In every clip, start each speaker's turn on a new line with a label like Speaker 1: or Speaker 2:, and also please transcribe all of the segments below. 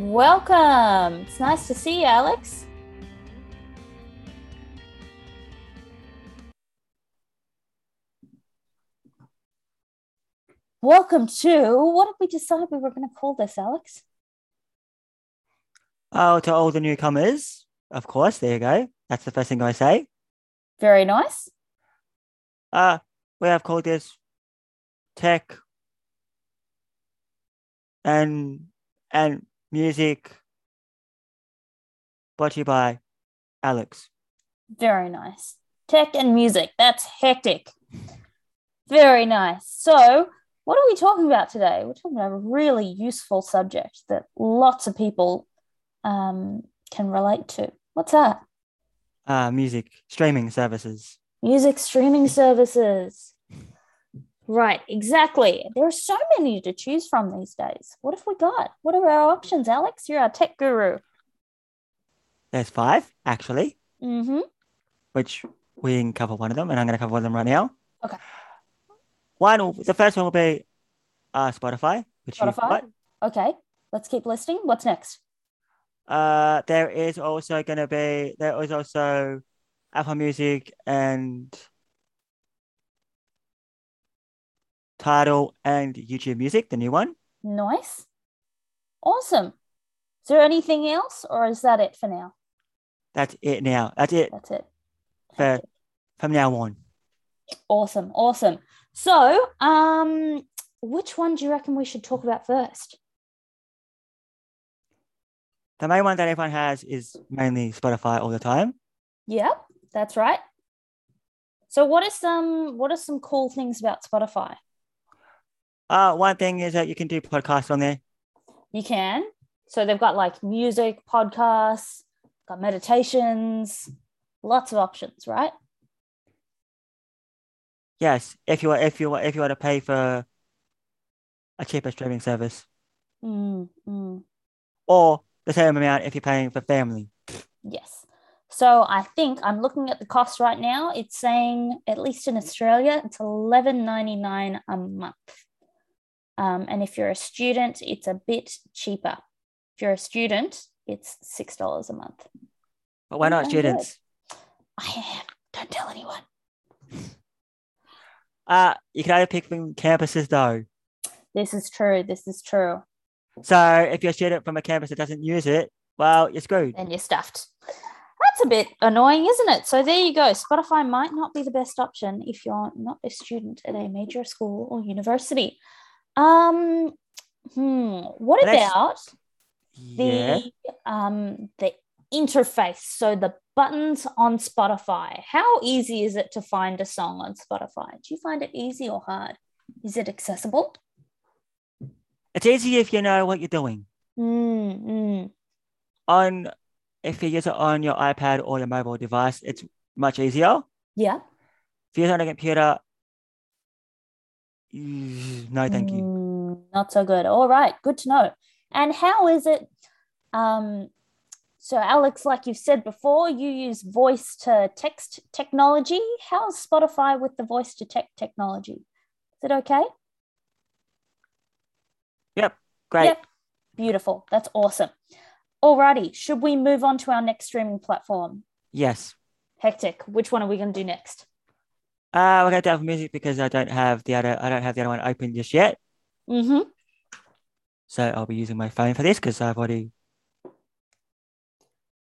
Speaker 1: Welcome. It's nice to see you, Alex. Welcome to what did we decide we were going to call this, Alex?
Speaker 2: Oh, to all the newcomers, of course. There you go. That's the first thing I say.
Speaker 1: Very nice.
Speaker 2: Uh, we have called this tech and and music brought to you by Alex.
Speaker 1: Very nice. Tech and music. That's hectic. Very nice. So, what are we talking about today? We're talking about a really useful subject that lots of people um, can relate to. What's that?
Speaker 2: Uh, music streaming services.
Speaker 1: Music streaming services. Right, exactly. There are so many to choose from these days. What have we got? What are our options, Alex? You're our tech guru.
Speaker 2: There's five actually,
Speaker 1: Mm-hmm.
Speaker 2: which we can cover one of them, and I'm going to cover one of them right now.
Speaker 1: Okay.
Speaker 2: One, will- the first one will be uh, Spotify, which you've
Speaker 1: Spotify?
Speaker 2: got.
Speaker 1: Okay, let's keep listening. What's next?
Speaker 2: Uh, there is also going to be there is also Apple Music and Tidal and YouTube Music, the new one.
Speaker 1: Nice. Awesome. Is there anything else, or is that it for now?
Speaker 2: That's it now. That's it
Speaker 1: That's it.
Speaker 2: for from now on.
Speaker 1: Awesome, awesome. So, um, which one do you reckon we should talk about first?
Speaker 2: The main one that everyone has is mainly Spotify all the time.
Speaker 1: Yep, that's right. So, what are some what are some cool things about Spotify?
Speaker 2: Uh, one thing is that you can do podcasts on there.
Speaker 1: You can. So they've got like music, podcasts, got meditations, lots of options, right?
Speaker 2: Yes, if you are if you are if you want to pay for a cheaper streaming service
Speaker 1: Mm, mm.
Speaker 2: or the same amount if you're paying for family.
Speaker 1: Yes. So I think I'm looking at the cost right now. It's saying, at least in Australia, it's eleven ninety nine a month. Um, and if you're a student, it's a bit cheaper. If you're a student, it's six dollars a month.
Speaker 2: But why not
Speaker 1: Okay, good.
Speaker 2: students?
Speaker 1: I am. Don't tell anyone.
Speaker 2: Uh, you can only pick from campuses though.
Speaker 1: This is true. This is true.
Speaker 2: So if you're a student from a campus that doesn't use it, well, you're screwed.
Speaker 1: and you're stuffed. That's a bit annoying, isn't it? So there you go. Spotify might not be the best option if you're not a student at a major school or university. Um, hmm, what
Speaker 2: But that's-
Speaker 1: about the
Speaker 2: Yeah.
Speaker 1: um the interface? So the buttons on Spotify. How easy is it to find a song on Spotify? Do you find it easy or hard? Is it accessible?
Speaker 2: It's easy if you know what you're doing.
Speaker 1: Mm, mm,
Speaker 2: On if you use it on your iPad or your mobile device, it's much easier.
Speaker 1: yeah.
Speaker 2: If you use it on a computer, mm, no, thank you.
Speaker 1: Mm, not so good. All right, good to know. And how is it? Um, so, Alex, like you've said before, you use voice to text technology. How's Spotify with the voice to text technology? Is it okay?
Speaker 2: Great.
Speaker 1: Yep. Beautiful. That's awesome. Alrighty, should we move on to our next streaming platform?
Speaker 2: Yes.
Speaker 1: Hectic. Which one are we going to do next?
Speaker 2: Uh, we're gonna do Apple Music because I don't have the other. I don't have the other one open just yet.
Speaker 1: Mm-hmm.
Speaker 2: So I'll be using my phone for this because I've already.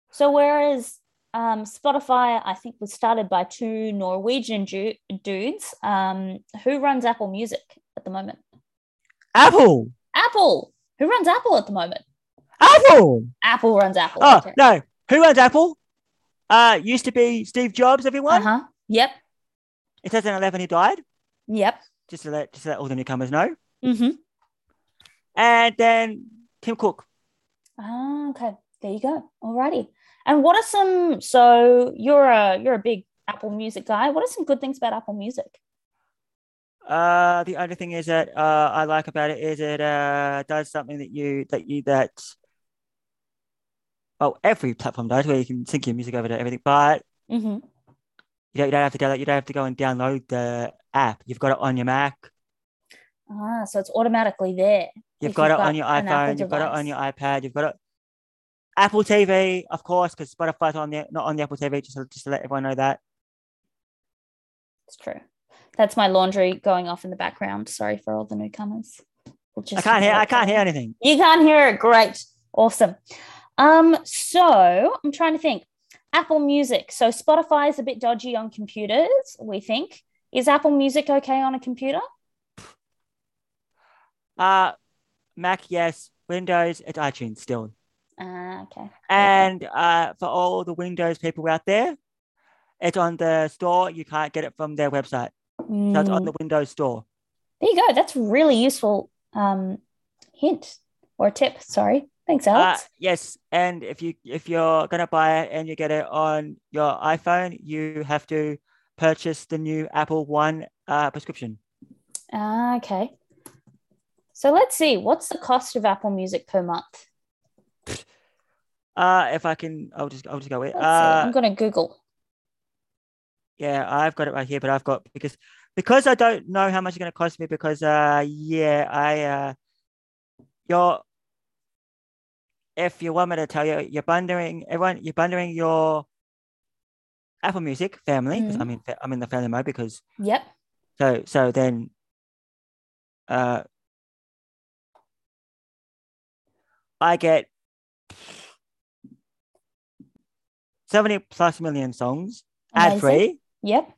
Speaker 1: So, whereas um, Spotify, I think, was started by two Norwegian ju- dudes, um, who runs Apple Music at the moment?
Speaker 2: Apple.
Speaker 1: Apple. Who runs Apple at the moment?
Speaker 2: Apple.
Speaker 1: Apple runs Apple.
Speaker 2: Oh no! Who runs Apple? Uh, used to be Steve Jobs. Everyone.
Speaker 1: Uh huh. Yep.
Speaker 2: In 2011, he died.
Speaker 1: Yep.
Speaker 2: Just to let just to let all the newcomers know.
Speaker 1: Mm-hmm.
Speaker 2: And then Tim Cook.
Speaker 1: Ah, okay. There you go. Alrighty. And what are some? So you're a you're a big Apple Music guy. What are some good things about Apple Music?
Speaker 2: Uh, the other thing is that uh, I like about it is it uh does something that you that you that well every platform does where you can sync your music over to everything, but
Speaker 1: Mm-hmm.
Speaker 2: you don't, you don't have to download you don't have to go and download the app. You've got it on your Mac.
Speaker 1: Ah, so it's automatically there.
Speaker 2: You've
Speaker 1: If
Speaker 2: got
Speaker 1: you've
Speaker 2: it
Speaker 1: got
Speaker 2: on your
Speaker 1: an Apple
Speaker 2: iPhone. You've got it on
Speaker 1: device.
Speaker 2: your iPad. You've got it Apple TV, of course, because Spotify's on the not on the Apple TV. Just to, just to let everyone know that.
Speaker 1: It's true. That's my laundry going off in the background. Sorry for all the newcomers. We'll
Speaker 2: I
Speaker 1: just
Speaker 2: can't hear.
Speaker 1: ignore
Speaker 2: I
Speaker 1: it.
Speaker 2: can't hear anything.
Speaker 1: You can't hear it. Great. Awesome. Um, so I'm trying to think. Apple Music. So Spotify is a bit dodgy on computers, we think. Is Apple Music okay on a computer?
Speaker 2: Uh, Mac, yes. Windows, it's iTunes still.
Speaker 1: Uh, okay.
Speaker 2: And uh, for all the Windows people out there, it's on the store. You can't get it from their website. So it's on
Speaker 1: Mm.
Speaker 2: the Windows store.
Speaker 1: There you go. That's really useful um, hint or tip. Sorry. Thanks,
Speaker 2: Uh,
Speaker 1: Alex.
Speaker 2: yes, and if you if you're gonna buy it and you get it on your iPhone, you have to purchase the new Apple One uh, prescription.
Speaker 1: Ah, okay. So let's see. What's the cost of Apple Music per month?
Speaker 2: Uh, if I can, I'll just I'll just go with.
Speaker 1: Let's see.
Speaker 2: Uh,
Speaker 1: I'm going to Google.
Speaker 2: yeah, I've got it right here, but I've got because because I don't know how much it's gonna cost me because uh yeah I uh your if you want me to tell you you're bundling everyone you're bundling your Apple Music family 'cause
Speaker 1: Mhm.
Speaker 2: I'm in fa- I'm in the family mode because
Speaker 1: Yep.
Speaker 2: So so then uh I get 70 plus million songs ad
Speaker 1: Amazing.
Speaker 2: free.
Speaker 1: Yep.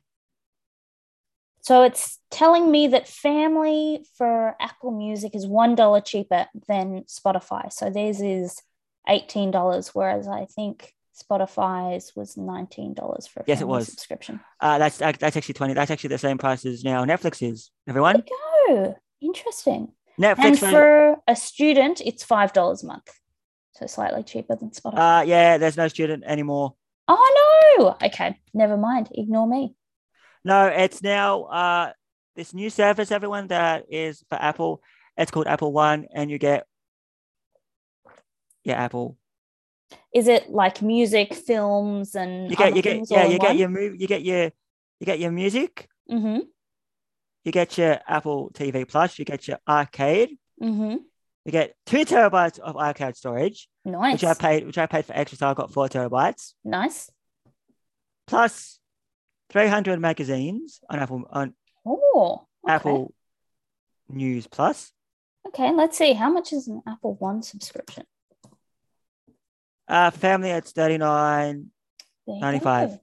Speaker 1: So it's telling me that family for Apple Music is $1 cheaper than Spotify. So theirs is $18, whereas I think Spotify's was $19 for a
Speaker 2: Yes, it
Speaker 1: family
Speaker 2: was.
Speaker 1: subscription.
Speaker 2: Uh that's ac- that's actually 20 that's actually the same price as now Netflix is.
Speaker 1: There
Speaker 2: Everyone.
Speaker 1: you go. Interesting.
Speaker 2: Netflix
Speaker 1: And
Speaker 2: for-
Speaker 1: for a student, it's $5 a month. So slightly cheaper than Spotify.
Speaker 2: uh yeah, there's no student anymore.
Speaker 1: oh, no. Okay. Never mind. Ignore me.
Speaker 2: No, it's now uh this new service everyone that is for Apple. It's called Apple One and you get yeah, Apple
Speaker 1: Is it like music, films, and
Speaker 2: you get
Speaker 1: other
Speaker 2: you get
Speaker 1: things all
Speaker 2: yeah
Speaker 1: in
Speaker 2: you get
Speaker 1: one?
Speaker 2: your move you get your you get your music
Speaker 1: Mhm,
Speaker 2: you get your apple tv plus you get your arcade
Speaker 1: mhm.
Speaker 2: you get two terabytes of iCloud storage
Speaker 1: Nice.
Speaker 2: which i paid which i paid for extra so i got four terabytes
Speaker 1: Nice.
Speaker 2: plus 300 magazines on apple on
Speaker 1: Oh, okay.
Speaker 2: apple news plus
Speaker 1: Okay, let's see. How much is an Apple One subscription?
Speaker 2: uh family it's 39
Speaker 1: There you
Speaker 2: 95.
Speaker 1: go.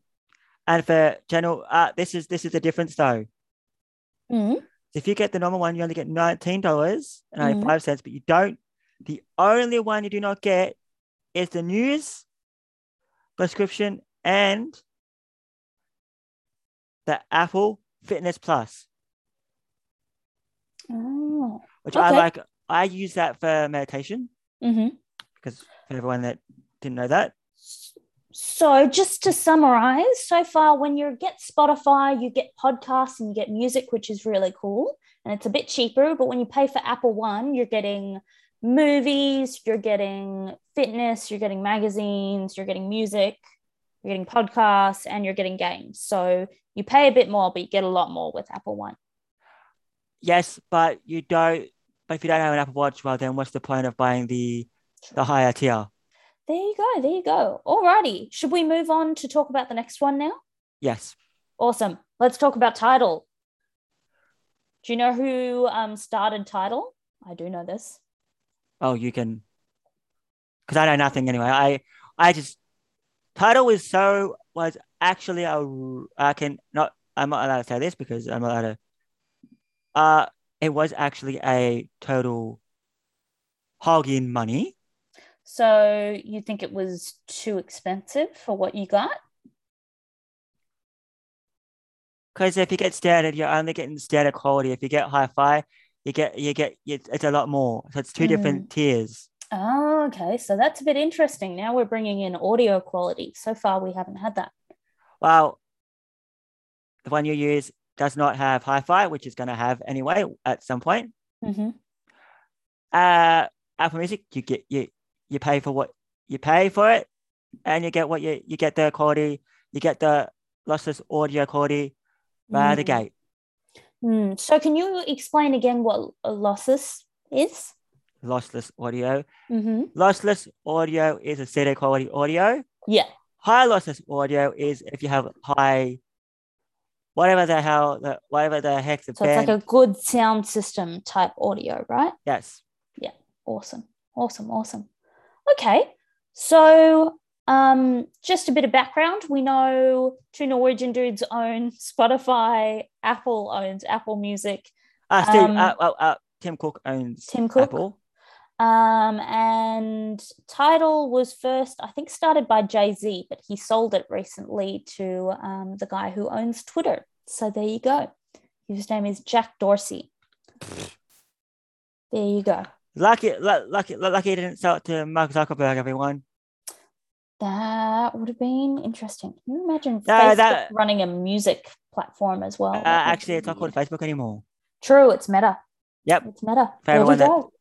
Speaker 2: and for channel uh this is this is the difference though
Speaker 1: Mhm.
Speaker 2: if you get the normal one, you only get nineteen dollars and ninety five cents. But you don't. The only one you do not get is the news prescription and the Apple Fitness Plus,
Speaker 1: Oh.
Speaker 2: which I
Speaker 1: Okay.
Speaker 2: like. I use that for meditation
Speaker 1: Mhm.
Speaker 2: because for everyone that didn't know that,
Speaker 1: So, just to summarize, so far, when you get Spotify, you get podcasts and you get music, which is really cool. And it's a bit cheaper. But when you pay for Apple One, you're getting movies, you're getting fitness, you're getting magazines, you're getting music, you're getting podcasts, and you're getting games. So, you pay a bit more, but you get a lot more with Apple One.
Speaker 2: yes, but you don't. But if you don't have an Apple Watch, well, then what's the point of buying the the higher tier?
Speaker 1: There you go. There you go. Alrighty. Should we move on to talk about the next one now?
Speaker 2: Yes,
Speaker 1: Awesome. Let's talk about Title. Do you know who um, started Title? I do know this.
Speaker 2: Oh, you can. Because I know nothing anyway. I I just title was so was actually a r- I can not I'm not allowed to say this because I'm not allowed to. Uh, it was actually a total hog in money.
Speaker 1: So you think it was too expensive for what you got?
Speaker 2: Because if you get standard, you're only getting standard quality. If you get hi-fi, you get you get it's, it's a lot more. So it's two different tiers.
Speaker 1: Oh, okay. So that's a bit interesting. Now we're bringing in audio quality. So far, we haven't had that.
Speaker 2: Well, the one you use does not have hi-fi, which is going to have anyway at some point.
Speaker 1: hmm
Speaker 2: uh Apple Music, you get you you pay for what you pay for it, and you get what you you get the quality, you get the lossless audio quality
Speaker 1: Mm-hmm.
Speaker 2: right
Speaker 1: Mm.
Speaker 2: out the gate.
Speaker 1: So can you explain again what a losses is?
Speaker 2: lossless audio.
Speaker 1: Mm-hmm.
Speaker 2: Lossless audio is a CD quality audio.
Speaker 1: Yeah.
Speaker 2: High lossless audio is if you have high, whatever the hell, the, whatever the heck the
Speaker 1: So
Speaker 2: band.
Speaker 1: it's like a good sound system type audio, right?
Speaker 2: yes.
Speaker 1: Awesome. Awesome. Awesome. Okay. So um just a bit of background. We know two Norwegian dudes own Spotify, Apple owns Apple Music,
Speaker 2: Uh, Steve,
Speaker 1: Um,
Speaker 2: uh, uh, uh, Tim Cook owns
Speaker 1: Tim Cook.
Speaker 2: Apple.
Speaker 1: Um, and Tidal was first, I think, started by Jay Z, but he sold it recently to um, the guy who owns Twitter. So there you go. His name is Jack Dorsey. There you go.
Speaker 2: Lucky, lu- lucky, lu- lucky he didn't sell it to Mark Zuckerberg, everyone.
Speaker 1: That would have been interesting. Can you imagine
Speaker 2: Uh,
Speaker 1: Facebook
Speaker 2: that-
Speaker 1: running a music platform as well?
Speaker 2: Uh,
Speaker 1: That would
Speaker 2: actually,
Speaker 1: be
Speaker 2: it's not called
Speaker 1: weird.
Speaker 2: Facebook anymore.
Speaker 1: True, it's Meta.
Speaker 2: Yep.
Speaker 1: It's Meta.
Speaker 2: For
Speaker 1: there we
Speaker 2: everyone that-
Speaker 1: go.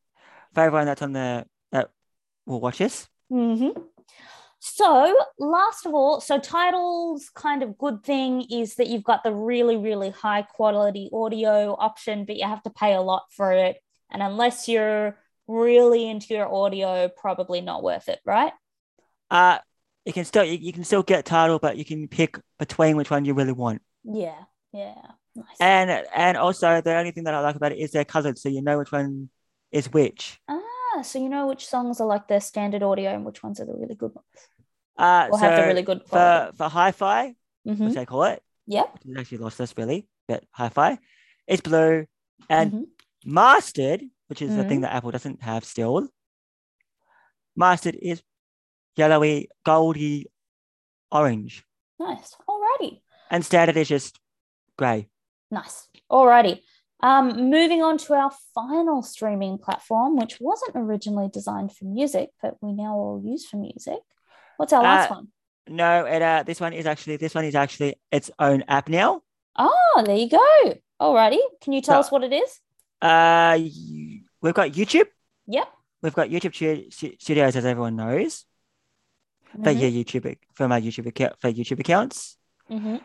Speaker 2: For everyone that's on the that will watch this,
Speaker 1: hmm So, last of all, so titles kind of good thing is that you've got the really, really high quality audio option, but you have to pay a lot for it. And unless you're really into your audio, probably not worth it, right?
Speaker 2: uh, you can still you, you can still get title, but you can pick between which one you really want.
Speaker 1: Yeah, yeah. Nice.
Speaker 2: And and also the only thing that I like about it is they're colored, so you know which one is which.
Speaker 1: ah, so you know which songs are like the standard audio and which ones are the really good ones.
Speaker 2: Uh,
Speaker 1: Or have the
Speaker 2: so
Speaker 1: really good quality.
Speaker 2: for for hi-fi,
Speaker 1: hmm
Speaker 2: which they call it,
Speaker 1: Yeah.
Speaker 2: which is actually lossless really, but hi-fi, it's blue, and
Speaker 1: mhm.
Speaker 2: mastered, which is the
Speaker 1: Hmm?
Speaker 2: thing that Apple doesn't have still. Mastered is yellowy, goldy, orange,
Speaker 1: Nice. Alrighty.
Speaker 2: and standard is just grey.
Speaker 1: Nice. Alrighty. Um, moving on to our final streaming platform, which wasn't originally designed for music, but we now all use for music. What's our last
Speaker 2: Uh,
Speaker 1: one?
Speaker 2: No, it uh, this one is actually this one is actually its own app now.
Speaker 1: Oh, there you go. Alrighty. Can you tell
Speaker 2: no.
Speaker 1: us what it is?
Speaker 2: Uh, you- we've got YouTube.
Speaker 1: Yep.
Speaker 2: We've got YouTube Stu- Stu- Studios, as everyone knows,
Speaker 1: Mm-hmm.
Speaker 2: for your YouTube ac- for my YouTube account for YouTube accounts,
Speaker 1: hmm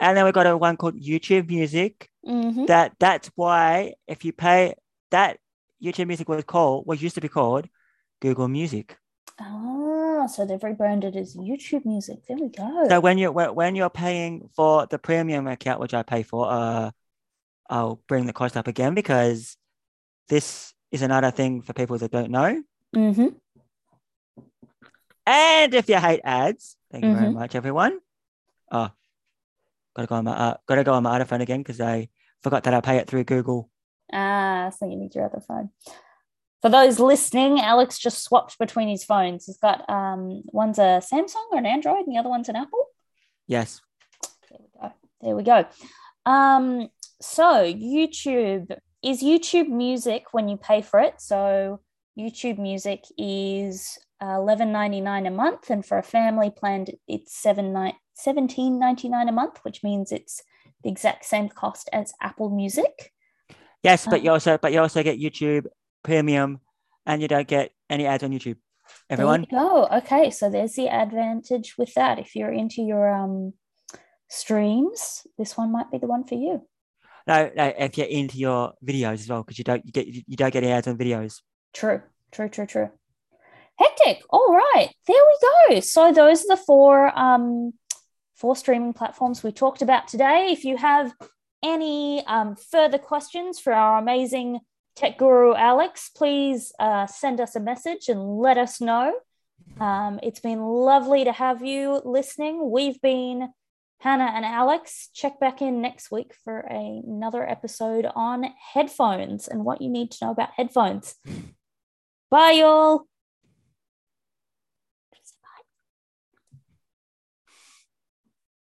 Speaker 2: and then we've got a one called YouTube Music.
Speaker 1: hmm
Speaker 2: That that's why if you pay that YouTube Music was called what used to be called Google Music.
Speaker 1: Ah, so they've rebranded as YouTube Music. There we go.
Speaker 2: So when you when, when you're paying for the premium account, which I pay for, uh, I'll bring the cost up again because this is another thing for people that don't know.
Speaker 1: hmm
Speaker 2: And if you hate ads, thank you very
Speaker 1: Mhm.
Speaker 2: much, everyone. Oh, gotta go on my uh, gotta go on my other phone again because I forgot that I pay it through Google.
Speaker 1: Ah, so you need your other phone. For those listening, Alex just swapped between his phones. He's got um, one's a Samsung or an Android, and the other one's an Apple.
Speaker 2: Yes,
Speaker 1: There we go. There we go. Um, so YouTube is YouTube Music when you pay for it. So YouTube Music is eleven ninety nine a month, and for a family plan, it's seven nine seventeen ninety nine a month, which means it's the exact same cost as Apple Music.
Speaker 2: yes, but
Speaker 1: Oh.
Speaker 2: you also but you also get YouTube Premium, and you don't get any ads on YouTube. Everyone,
Speaker 1: There you go. Okay, so there's the advantage with that. If you're into your um streams, this one might be the one for you.
Speaker 2: no, no, if you're into your videos as well, because you don't you get you don't get any ads on videos.
Speaker 1: True, true, true, true. Hectic. All right, there we go. So those are the four um, four streaming platforms we talked about today. If you have any um, further questions for our amazing tech guru Alex, please uh, send us a message and let us know. Um, it's been lovely to have you listening. We've been Hannah and Alex. Check back in next week for another episode on headphones and what you need to know about headphones. Bye, y'all.